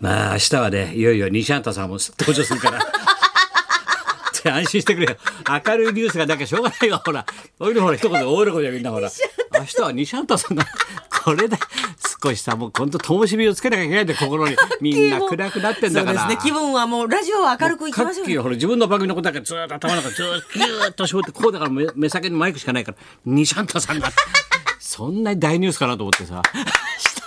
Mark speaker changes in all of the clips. Speaker 1: まあ明日はねいよいよ西畑さんも登場するから って安心してくれよ明るいニュースがなきゃしょうがないわほらおいのほら一言大喜びでみんなほら明日は西畑さんがこれだ少しさもう本当灯火をつけなきゃいけないんだよ心にみんな暗くなってんだから
Speaker 2: そうですね気分はもうラジオは明るくいき
Speaker 1: さ
Speaker 2: ま
Speaker 1: っ
Speaker 2: しょう
Speaker 1: き
Speaker 2: よ
Speaker 1: ほら自分の番組のことだけずーっと頭の中ずーっとぎゅーっと絞ってこうだから目目先にマイクしかないからニシャンタさんがそんなに大ニュースかなと思ってさ明日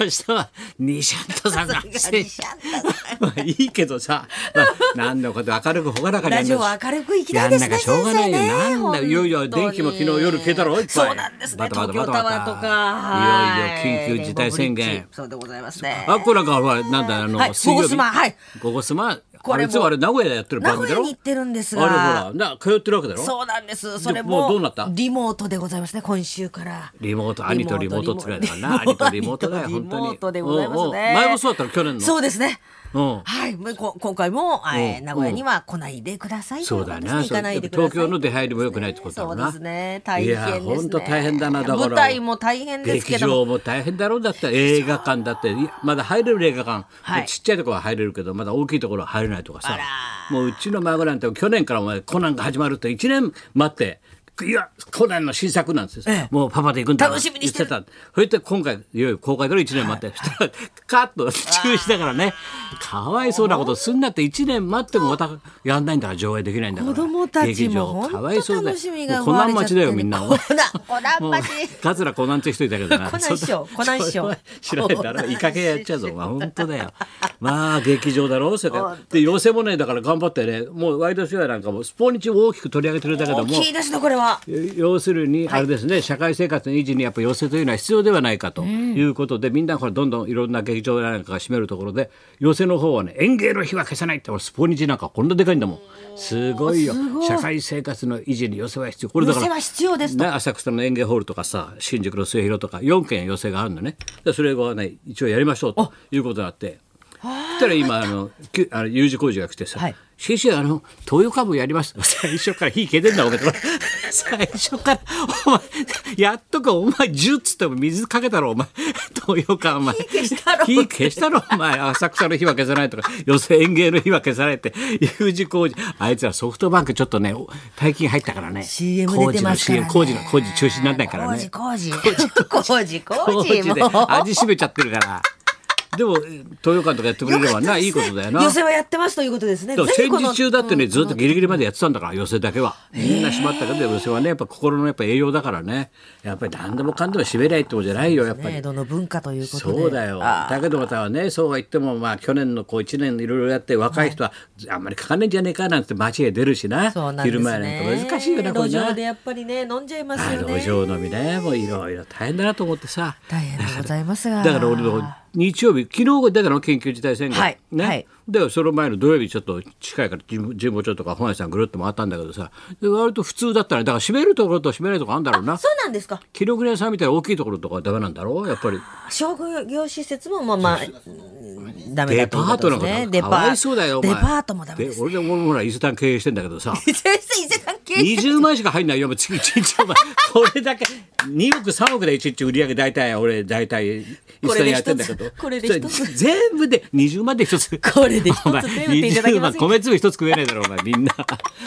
Speaker 1: 明日はニシャンタさんが
Speaker 2: ニシャン タ
Speaker 1: まあいいけどさ、まあ、何のこと明るく朗らかにや
Speaker 2: ラ
Speaker 1: ん
Speaker 2: ジ
Speaker 1: な
Speaker 2: オ
Speaker 1: き
Speaker 2: は
Speaker 1: ゃ
Speaker 2: 明るくいきたいです
Speaker 1: やんなきゃ
Speaker 2: ね
Speaker 1: しょうがないよ、
Speaker 2: 先生ね
Speaker 1: なんだいよいよ電気も昨日夜消えたろいっぱい
Speaker 2: そうなんですね
Speaker 1: バタバタバタバタ
Speaker 2: 東京タワーとか
Speaker 1: いよいよ緊急事態宣言
Speaker 2: レインボーブリッジそうでございますね
Speaker 1: あこれなんかほらなんだあの、
Speaker 2: はい
Speaker 1: 水曜
Speaker 2: ゴゴ
Speaker 1: 日
Speaker 2: スマはい
Speaker 1: ゴゴスマ
Speaker 2: こ
Speaker 1: あ
Speaker 2: れ
Speaker 1: れ
Speaker 2: も
Speaker 1: いつもあれ名古屋でやってる
Speaker 2: 名
Speaker 1: 番組だ
Speaker 2: 古屋
Speaker 1: ろ
Speaker 2: に行ってるんです
Speaker 1: あれほ
Speaker 2: が
Speaker 1: らな通ってるわけだろ
Speaker 2: そうなんですそれ
Speaker 1: も
Speaker 2: も
Speaker 1: うどうなった
Speaker 2: リモートでございますね今週から
Speaker 1: リモート兄とリモートって言うからな
Speaker 2: リモ
Speaker 1: 兄
Speaker 2: ート
Speaker 1: とリモートだよ本当に
Speaker 2: リモートでございますね
Speaker 1: おうおう前もそうだったの去年の
Speaker 2: そうですね
Speaker 1: うん
Speaker 2: はいもうこ今回もえー名古屋には来ないでください
Speaker 1: そうだな
Speaker 2: ということですね行かないでください
Speaker 1: 東京の出入りも良くないってことだ
Speaker 2: そ
Speaker 1: ろ
Speaker 2: う
Speaker 1: な
Speaker 2: ですね大変ですね
Speaker 1: いや本当大変だなだから
Speaker 2: 舞台も大変ですけ
Speaker 1: 劇
Speaker 2: ども
Speaker 1: 場も大変だろうだったら映画館だっていやまだ入れる映画館、
Speaker 2: はい
Speaker 1: ちっちゃいところは入れるけどまだ大きいところは入れないとかさ
Speaker 2: あら
Speaker 1: もううちの孫なんて去年からお前コナンが始まるって1年待って。いやコナンの新作なんですよ、
Speaker 2: ええ
Speaker 1: もうパパで行くんだ
Speaker 2: 楽しみにしてる
Speaker 1: 言ってたそれで今回いよいよ公開から1年待って、そしたらカッと中止だからねかわいそうなことすんなって1年待ってもまたやんないんだから上映できないんだから
Speaker 2: 子供たちも
Speaker 1: 劇場
Speaker 2: 本
Speaker 1: か
Speaker 2: 当
Speaker 1: わいそうだよ
Speaker 2: 楽しみが
Speaker 1: もうコナン待ちだよみんな
Speaker 2: コナン、コ
Speaker 1: もう
Speaker 2: ナン待ち。
Speaker 1: 桂コナンって人いたけどな。
Speaker 2: コナン師匠
Speaker 1: そんな
Speaker 2: コナン師匠
Speaker 1: 知らないだ ろ。いい加減やっちゃうぞ。
Speaker 2: コ
Speaker 1: まあ本当だよ。まあ劇場だろう。それからで寄せもねだから頑張ってね。もうワイドショーやなんかもスポニチを大きく取り上げてるんだけど
Speaker 2: 大
Speaker 1: も。
Speaker 2: きいですね、これは。
Speaker 1: 要するにあれですね、社会生活の維持にやっぱ寄せというのは必要ではないかということで、みんなほらどんどんいろんな劇場なんかが占めるところで寄せの方はね園芸の日は消さないって俺スポニチなんかこんなでかいんだもんすごいよ社会生活の維持に寄せは必要これだから
Speaker 2: 寄せは必要ですと
Speaker 1: ね、浅草の園芸ホールとかさ新宿の末広とか4軒寄せがあるのねでそれはね一応やりましょうということになってそしたら今あのきゅあの U 字工事が来てさ「
Speaker 2: はい
Speaker 1: 先生あの東洋株やります」 最初から火消えてんだお前 最初からお前やっとかお前10っつっても水かけたろお前 東洋館お前
Speaker 2: 火消したろ
Speaker 1: 火消したろお前浅草の火は消さないとか寄せ園芸の火は消さないって U 字工事あいつらソフトバンクちょっとねお大金入ったからね
Speaker 2: CM 出てますからね。
Speaker 1: 工事の CM 工事の工事中止にならないからね。
Speaker 2: 工事、工事。工事、工
Speaker 1: 工
Speaker 2: 事。
Speaker 1: 事で
Speaker 2: もう
Speaker 1: 味しめちゃってるから。でも東洋館とかやってくれればな、いいことだよな。
Speaker 2: 寄せはやってますということですね。
Speaker 1: でも
Speaker 2: 全
Speaker 1: 戦
Speaker 2: 国の
Speaker 1: 時中だってねずっとギリギリまでやってたんだから寄せだけはみんな閉まったけど寄せはねやっぱ心のやっぱ栄養だからねやっぱり何でもかんでも閉めないってことじゃないよやっぱり
Speaker 2: ね江戸の文化ということで。
Speaker 1: そうだよ
Speaker 2: あ
Speaker 1: だけどまたはねそうは言ってもまあ去年のこう1年いろいろやって若い人はあんまりかかんねえんじゃねえかなんて街へ出るしな
Speaker 2: そうなんですね。
Speaker 1: 昼前なんか難しいよなこれ
Speaker 2: 路上
Speaker 1: な
Speaker 2: で。やっぱりね、飲んじゃいます
Speaker 1: あ
Speaker 2: よね。
Speaker 1: 路上飲みねもういろいろ大変だなと思ってさ
Speaker 2: 大変でございますが。
Speaker 1: だから俺の日曜日昨日だからの緊急事態宣言、
Speaker 2: はい
Speaker 1: ね、
Speaker 2: はい
Speaker 1: でその前の土曜日ちょっと近いから神神保町とか本屋さんぐるっと回ったんだけどさで割と普通だったらだから閉めるところと閉めないところあるんだろうな
Speaker 2: そうなんですか。
Speaker 1: 記録屋さんみたいな大きいところとかはダメなんだろうやっぱり
Speaker 2: 商業施設もまあまあダメ
Speaker 1: デ
Speaker 2: だと
Speaker 1: パ
Speaker 2: いう
Speaker 1: ー
Speaker 2: こと
Speaker 1: ト
Speaker 2: で
Speaker 1: なん
Speaker 2: す
Speaker 1: か
Speaker 2: ね。
Speaker 1: かわいそうだよお
Speaker 2: デ
Speaker 1: 前
Speaker 2: パートもダメです
Speaker 1: で。俺で俺もほら伊勢丹経営してんだけどさ
Speaker 2: 伊勢伊勢丹経営
Speaker 1: 20万しか入んないよ、もう月一日お前。これだけ、2億、3億で1日売り上げ大体、俺大体、一
Speaker 2: こ
Speaker 1: 緒
Speaker 2: れ
Speaker 1: に
Speaker 2: で
Speaker 1: や
Speaker 2: 一
Speaker 1: っ
Speaker 2: つ
Speaker 1: てんだけど。
Speaker 2: これで一つ
Speaker 1: それ全部で、20万で一つ。
Speaker 2: これで一つ
Speaker 1: お前
Speaker 2: 手を打っていただけませ
Speaker 1: 20
Speaker 2: んか
Speaker 1: 万米粒一つ食えないだろ、お前、みんな。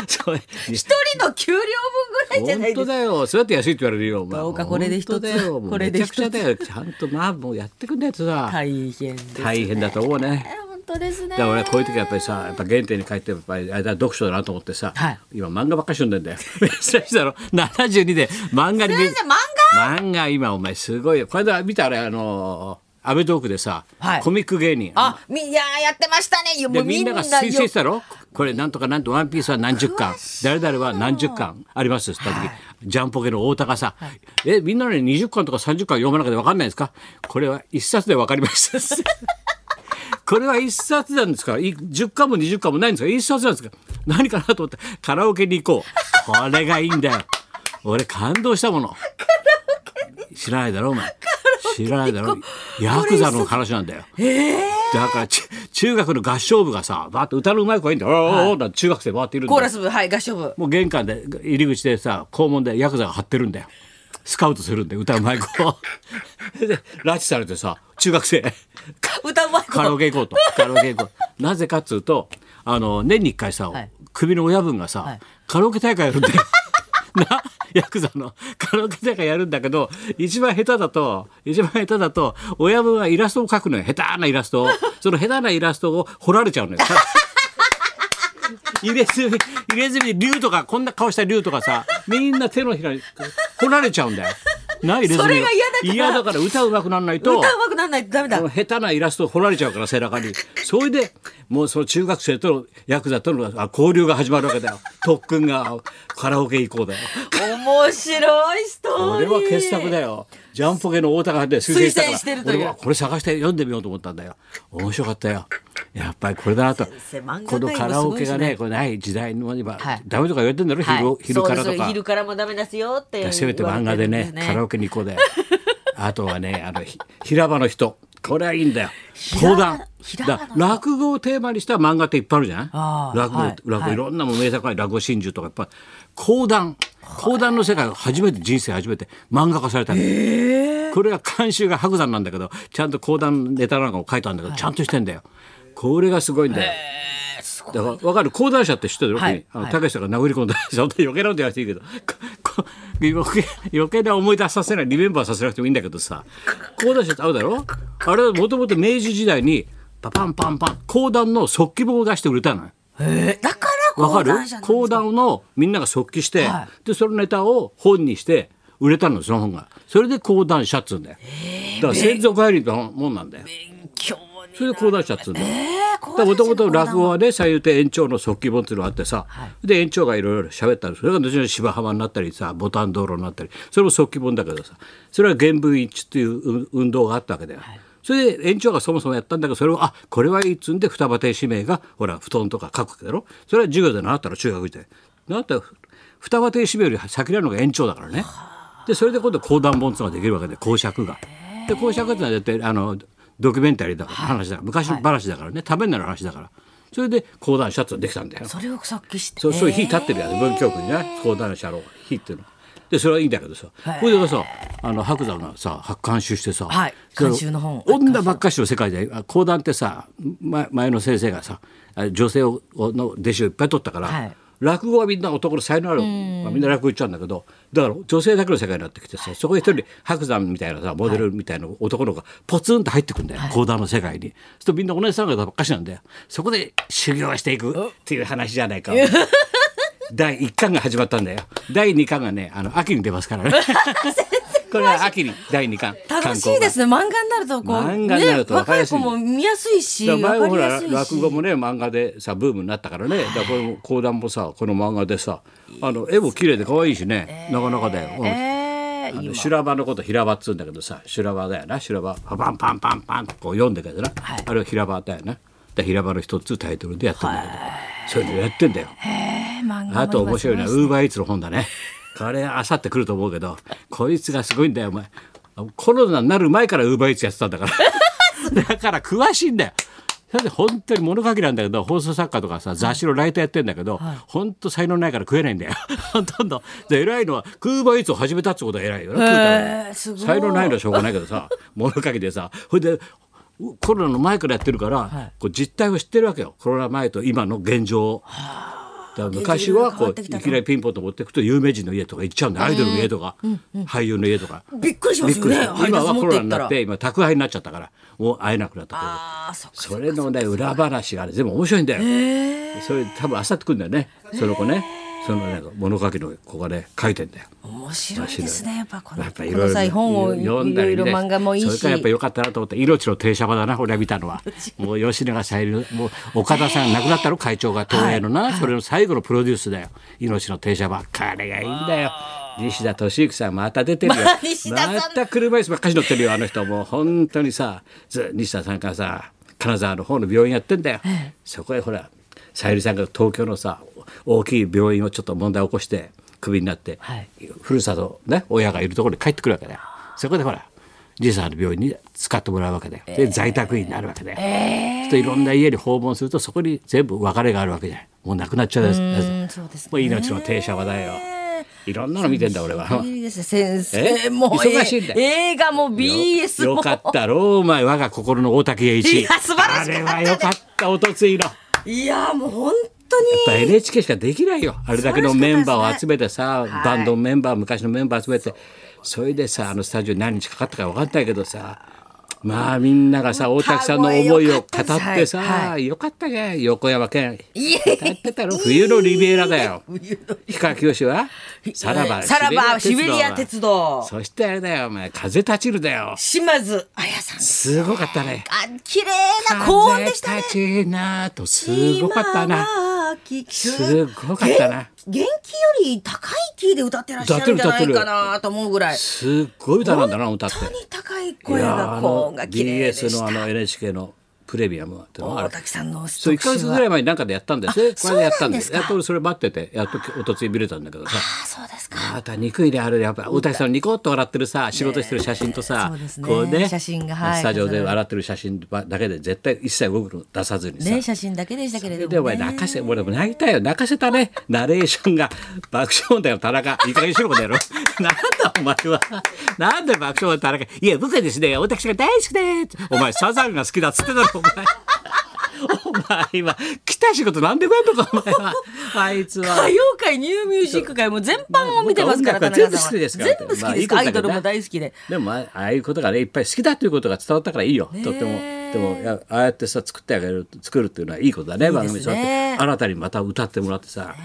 Speaker 1: そう
Speaker 2: 一人の給料分ぐらいじゃない
Speaker 1: 本当
Speaker 2: ですか。
Speaker 1: だよ、そうやって安いって言われるよ、お前。
Speaker 2: どうかこれで一つ
Speaker 1: 本当だよもう
Speaker 2: これで
Speaker 1: め
Speaker 2: 一
Speaker 1: ちゃ
Speaker 2: つ
Speaker 1: くちゃだよ、ちゃんと、まあ、もうやってくんないとさ、
Speaker 2: 大変です。
Speaker 1: 大変だと思うね。
Speaker 2: 本当ですね。
Speaker 1: だから俺はこういう時はやっぱりさやっぱ原点に帰ってやっぱりあれだ読書だなと思ってさ、
Speaker 2: はい
Speaker 1: 今漫画ばっかり読んでんだよ 珍しいだろ72で漫画に
Speaker 2: 先生漫
Speaker 1: 漫画今お前すごいよこれ間見たあれあのーアメトークでさ、
Speaker 2: はい
Speaker 1: コミック芸人
Speaker 2: あ、みいやーやってましたね。も
Speaker 1: で
Speaker 2: う
Speaker 1: みんなが
Speaker 2: よ
Speaker 1: 推薦したろこれなんとかなんとワンピースは何十巻誰々は何十巻ありますって言った時、ジャンポケの太田がさ、えみんなね20巻とか30巻読まなくて分かんないですかこれは一冊で分かりました これは一冊なんですからい10巻も20巻もないんですか一冊なんですか何かなと思ってカラオケに行こうこれがいいんだよ俺感動したもの知らないだろお前知らないだろヤクザの話なんだよだからち中学の合唱部がさバーッと歌のうまい子がいいんだよ、おーおーおーなんて中学生バーっているん
Speaker 2: コー
Speaker 1: だ
Speaker 2: ラ
Speaker 1: よ
Speaker 2: ス部はい合唱部。
Speaker 1: もう玄関で入り口でさ校門でヤクザが張ってるんだよスカウトするんで歌うまい子 で拉致されてさ中学生
Speaker 2: 歌うまいこ
Speaker 1: カラオ
Speaker 2: と。
Speaker 1: ケ行こう とカラオケ行こうなぜかっつうとあの年に1回さ、
Speaker 2: はい
Speaker 1: 首の親分がさ、
Speaker 2: はい
Speaker 1: カラオケ大会やるんだよ なヤクザのカラオケ大会やるんだけど一番下手だと一番下手だと親分はイラストを描くのよ下手なイラストをその下手なイラストを彫られちゃうのよ入れ墨入れ墨で竜とかこんな顔した竜とかさみんな手のひらに彫られちゃうんだよな入れ墨を
Speaker 2: それが嫌だから
Speaker 1: 嫌だから歌うまくならない
Speaker 2: 歌
Speaker 1: と
Speaker 2: うまくならないとダメ だ
Speaker 1: この。下手なイラストを彫られちゃうから背中にそれでもうその中学生とのヤクザとのあ交流が始まるわけ だよ特訓がカラオケ行こうだよ
Speaker 2: 面白いスト
Speaker 1: こ
Speaker 2: ーリ
Speaker 1: れ
Speaker 2: ー。
Speaker 1: は傑作だよジャンポケの太田がで推
Speaker 2: 推薦してるという
Speaker 1: 俺はこれ探して読んでみようと思ったんだよ面白かったよやっぱりこれだなと
Speaker 2: 生漫画界も
Speaker 1: このカラオケが
Speaker 2: すごいです
Speaker 1: ねこれない時代の今、
Speaker 2: はい
Speaker 1: ダメとか言われてんだろ、
Speaker 2: はい
Speaker 1: 昼昼から
Speaker 2: そう
Speaker 1: と
Speaker 2: です
Speaker 1: か
Speaker 2: 昼からもダメですよって言われて
Speaker 1: せ
Speaker 2: る
Speaker 1: め
Speaker 2: んで
Speaker 1: て
Speaker 2: す。
Speaker 1: 漫画でねカラオケに行こうだよ あとはねあのひ平場の人これはいいんだよ講
Speaker 2: 場
Speaker 1: 談
Speaker 2: 平場の
Speaker 1: だ
Speaker 2: 人
Speaker 1: 落語をテーマにした漫画っていっぱいあるじゃ
Speaker 2: あ
Speaker 1: な
Speaker 2: ー
Speaker 1: い落語、
Speaker 2: はい
Speaker 1: 落語、
Speaker 2: はい
Speaker 1: い、ろんなもん名作がある落語真珠とかいっぱい講談講談の世界が初めて人生初めて漫画化されたの、これは監修が白山なんだけどちゃんと講談ネタなんかを書いたんだけど、ちゃんとしてんだよこれがすごいんだよ、
Speaker 2: すごい
Speaker 1: だから分かる講談社って知ってるよ、
Speaker 2: はい
Speaker 1: あの
Speaker 2: はい
Speaker 1: たけしさんが殴り込んだそんな余計なこと言わなくていい けどここ余計余計な思い出させないリメンバーさせなくてもいいんだけどさ講談社ってあるだろあれはもともと明治時代にパパンパンパン講談の即記本を出して売れたのよ。
Speaker 2: えだから
Speaker 1: わか
Speaker 2: 講
Speaker 1: る
Speaker 2: 談社なんです
Speaker 1: 講談のみんなが即記して、
Speaker 2: は
Speaker 1: でそのネタを本にして売れたのその本がそれで講談社っつうんだよ、だから先祖返りのもんなんだよ
Speaker 2: 勉強に
Speaker 1: それで講談社っつうんだよ、
Speaker 2: えー講
Speaker 1: も
Speaker 2: 談社
Speaker 1: と
Speaker 2: の
Speaker 1: もと
Speaker 2: 講談
Speaker 1: 落語はね三遊亭円朝の即記本っていうのがあってさ、で円朝がいろいろ喋ったんですそれが後々芝浜になったりさボタン道路になったりそれも即記本だけどさそれは原文一致っていう運運動があったわけだよ。それで園長がそもそもやったんだけどそれをあこれはいいっつんで双葉亭指名がほら布団とか書くわけだろそれは授業で習ったの中学時代。なんた双葉亭指名より先なのが園長だからね。でそれで今度講談本っていうのができるわけで講釈が。で講釈ってのは絶対あのドキュメンタリーだから話だから昔話だからね、ためになる話だからそれで講談社っていうのができたんだよ。
Speaker 2: それを作記して
Speaker 1: そうそういう
Speaker 2: え
Speaker 1: 火
Speaker 2: ー
Speaker 1: 立ってるやつ文京区にね講談社の火っていうの。でそれはいいんだけどさこれでさあの白山がさ発刊集してさ、
Speaker 2: はい
Speaker 1: それを
Speaker 2: 監修の本を
Speaker 1: 女ばっかしの世界であ講談ってさ前前の先生がさあ女性をの弟子をいっぱい取ったから、
Speaker 2: はい
Speaker 1: 落語はみんな男の才能ある、まあ、みんな落語言っちゃうんだけどだから女性だけの世界になってきてさそこに一人白山みたいなさモデルみたいな男の子がポツンと入ってくんだよ、講談の世界に。そうするとみんな同じサンガばっかしなんだよそこで修行していくっていう話じゃないか。第1巻が始まったんだよ第2巻がねあの秋に出ます からねこれは秋に第2巻
Speaker 2: 楽しいですね漫画になるとこう
Speaker 1: 漫画になると
Speaker 2: ね
Speaker 1: わかり
Speaker 2: 若
Speaker 1: や
Speaker 2: い
Speaker 1: すい
Speaker 2: 子も見やすいし
Speaker 1: だ
Speaker 2: わ
Speaker 1: から前
Speaker 2: か
Speaker 1: もほ
Speaker 2: りや
Speaker 1: ら
Speaker 2: すいし
Speaker 1: 落語もね漫画でさブームになったからねだからこれも講談もさこの漫画でさあの絵も綺麗で可愛いしね、なかなかだよ、うん
Speaker 2: え
Speaker 1: あ
Speaker 2: ー
Speaker 1: の
Speaker 2: 今
Speaker 1: 修羅場のこと平場っつうんだけどさ修羅場だよな修羅場パパンパンパンパンってこう読んでるやつな、
Speaker 2: はい
Speaker 1: あれは平場だよなで平場の一つタイトルでやってんだけど、そういうのやってんだよ
Speaker 2: えー漫画
Speaker 1: あと面白いのはウ
Speaker 2: の
Speaker 1: ーバーイーツの本だね。これあさって来ると思うけど、こいつがすごいんだよ、お前。コロナになる前からウーバーイーツやってたんだ から。だから詳しいんだよ。だって本当に物書きなんだけど放送作家とかさ雑誌のライターやってんだけど、本当才能ないから食えないんだよ ほとんどで偉いのはクーバーイーツを始めたってことは偉いよな、食うために
Speaker 2: えーすごい
Speaker 1: 才能ないのはしょうがないけど さ物書きでさほいでうコロナの前からやってるから、こう実態を知ってるわけよコロナ前と今の現状を。だから昔はこう
Speaker 2: 現状
Speaker 1: い
Speaker 2: が変わってきたと
Speaker 1: きなりピンポンと持っていくと有名人の家とか行っちゃうんだよアイドルの家とか、俳優の家とか。
Speaker 2: びっくりしますよね配
Speaker 1: 今
Speaker 2: 達
Speaker 1: は
Speaker 2: 持
Speaker 1: コ
Speaker 2: って
Speaker 1: ロナ
Speaker 2: いっ
Speaker 1: に
Speaker 2: た
Speaker 1: な
Speaker 2: ら
Speaker 1: って今宅配になっちゃったからもう会えなくなったけど
Speaker 2: ああそっか
Speaker 1: それのね裏話がね全部面白いんだよ。それ多分あさってくるんだよねその子ねそのなんか物書きの子がね書いてんだよ。
Speaker 2: 面白いですねやっぱこの
Speaker 1: やっぱい
Speaker 2: こ
Speaker 1: ろ
Speaker 2: の
Speaker 1: いろ
Speaker 2: 際本をいろ
Speaker 1: 読ん
Speaker 2: い
Speaker 1: だり
Speaker 2: ろ
Speaker 1: ね
Speaker 2: 漫画もいい
Speaker 1: それ
Speaker 2: し
Speaker 1: からやっぱ良かったなと思って命の停車場だな俺は見たのはもう吉永小百合のもう岡田さん亡くなったの会長が東映のな、それの最後のプロデュースだよ命の停車場これがいいんだよ西田敏行さんまた出てるよ、
Speaker 2: まあ西田さん
Speaker 1: また車椅子ばっかし乗ってるよあの人もう本当にさず西田さんからさ金沢の方の病院やってんだよ、そこへほら小百合さんが東京のさ大きい病院をちょっと問題起こしてクビになって、
Speaker 2: はい
Speaker 1: ふるさとね親がいるところに帰ってくるわけだよそこでほらじいさんの病院に使ってもらうわけだよで在宅医になるわけだよ、そしていろんな家に訪問するとそこに全部別れがあるわけじゃないもう亡くなっちゃうやつ、
Speaker 2: そうですね
Speaker 1: もう命の停車場だよ
Speaker 2: えー
Speaker 1: いろんなの見てんだ俺は。
Speaker 2: いいですね先
Speaker 1: え
Speaker 2: 生もう
Speaker 1: 忙しいんだよ
Speaker 2: 映画も BS も
Speaker 1: よかったろうお前我が心の大竹栄一
Speaker 2: いや素晴らしかったね
Speaker 1: あれはよかったおとついのやっ
Speaker 2: いやもう本当に
Speaker 1: ぱ NHK しかできないよあれだけのメンバーを集めてさ、
Speaker 2: 素晴らしかったですね
Speaker 1: バンドのメンバー昔のメンバー集めてそれでさあのスタジオに何日かかったか分かんないけどさまあみんながさ大竹さんの思いを語ってさ、
Speaker 2: 歌声よかったですはいは
Speaker 1: よかったね横山健
Speaker 2: いえ
Speaker 1: 歌ってたろ冬のリベラだよ氷川きよしはさらば
Speaker 2: さらばシベリア
Speaker 1: 鉄
Speaker 2: 鉄道
Speaker 1: そしてあれだよお前風立ちるだよ
Speaker 2: 島津彩さん
Speaker 1: すごかったね
Speaker 2: あ綺麗な高音でしたね
Speaker 1: 風立ちなとすごかったな。
Speaker 2: 今は聞く
Speaker 1: すごかったな。
Speaker 2: 元気より高いキーで歌ってらっしゃるんじゃないかなと思うぐらい
Speaker 1: すっごい歌なんだな歌って。
Speaker 2: 本当に高い
Speaker 1: い
Speaker 2: 声
Speaker 1: やあ
Speaker 2: が高
Speaker 1: の
Speaker 2: 音が綺麗で
Speaker 1: BS
Speaker 2: し
Speaker 1: のあ
Speaker 2: た
Speaker 1: の NHK のプレミアムはってのはあ
Speaker 2: 大
Speaker 1: れ
Speaker 2: 滝さんの
Speaker 1: そう1か月ぐらい前に何かでやったんですね
Speaker 2: あ
Speaker 1: これでやったんです
Speaker 2: そう
Speaker 1: や
Speaker 2: なんですか
Speaker 1: っと俺それ待っててやっとおとつい見れたんだけどさ
Speaker 2: ああそうですか
Speaker 1: あなた憎いねあれやっぱ大竹さんのニコッと笑ってるさ仕事してる写真とさ
Speaker 2: そうですね
Speaker 1: こうね
Speaker 2: 写真がはい
Speaker 1: スタジオで笑ってる写真だけで絶対一切僕の出さずにさ
Speaker 2: ね写真だけでしたけれども、ね、
Speaker 1: でお前泣かせ俺も泣いたよ泣かせたねナレーションが爆笑問題の田中いい加減にしろこの野郎なんだお前はなんで爆笑問題の田中いや僕はですね私が大好きでお前サザンが好きだっつってたろお前お前今来た仕事なんでもやんのかお前は あいつは
Speaker 2: 歌謡界ニューミュージック界も全般を見てますから
Speaker 1: 僕は
Speaker 2: 田
Speaker 1: 音楽は全
Speaker 2: 中さんは
Speaker 1: 部好きですから
Speaker 2: 全部好き
Speaker 1: まあ
Speaker 2: で
Speaker 1: いい
Speaker 2: す、
Speaker 1: ことだ
Speaker 2: ア
Speaker 1: け
Speaker 2: イド
Speaker 1: ど
Speaker 2: ル
Speaker 1: な
Speaker 2: も大好きで
Speaker 1: でもあああいうことがねいっぱい好きだということが伝わったからいいよ、
Speaker 2: え
Speaker 1: とってもでもいやああやってさ作ってあげる作るっていうのはいいことだね
Speaker 2: いですね
Speaker 1: 番組そうやって新たにまた歌ってもらってさ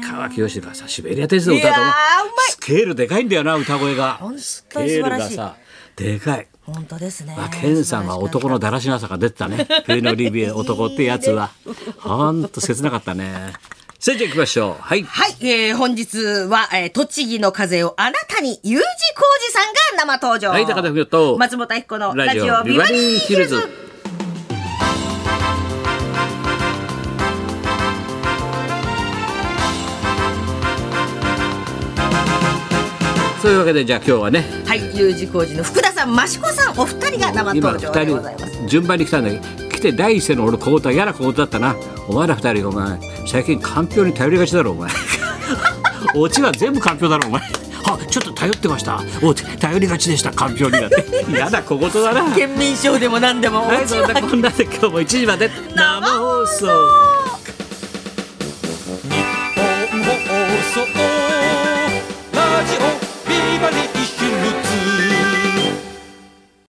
Speaker 1: 氷川きよしがさシベリア鉄道歌うと
Speaker 2: いやーうまい
Speaker 1: スケールでかいんだよな歌声が
Speaker 2: 本当に
Speaker 1: ス
Speaker 2: 素
Speaker 1: ケ
Speaker 2: 晴
Speaker 1: ール
Speaker 2: ら
Speaker 1: が
Speaker 2: しい
Speaker 1: さでかい。
Speaker 2: 本当ですね、
Speaker 1: まあ、ケンさんは男のだらしなさが出てたね。冬の リビエ男ってやつは。ほんと切なかったね。それじゃあ行きましょう。はい。
Speaker 2: はい、えー、本日は、えー、栃木の風をあなたに U 字工事さんが生登場。
Speaker 1: はい高田文夫と
Speaker 2: 松本明子の
Speaker 1: ラ
Speaker 2: ラ
Speaker 1: ジ
Speaker 2: ジ
Speaker 1: オ
Speaker 2: オ
Speaker 1: ビ
Speaker 2: ビ
Speaker 1: バ
Speaker 2: バ
Speaker 1: リ
Speaker 2: リ
Speaker 1: ー
Speaker 2: ー
Speaker 1: ヒ
Speaker 2: ヒ
Speaker 1: ル
Speaker 2: ル
Speaker 1: ズ
Speaker 2: ズ。
Speaker 1: そういうわけでじゃあ今日はね
Speaker 2: はい、U 字工事の福田さん、益子さん、お二人が生
Speaker 1: 今
Speaker 2: 登場でござい
Speaker 1: 2
Speaker 2: ます。
Speaker 1: 人順番に来たんだけど来て第一声の俺小言は嫌な小言だったなお前ら2人お前最近かんぴょうに頼りがちだろお前 オチは全部かんぴょうだろお前あちょっと頼ってましたお頼りがちでしたかんぴょうになって 嫌な小言だな
Speaker 2: 県民賞でも何でも。
Speaker 1: はいそんなこんなで今日も1時まで生放送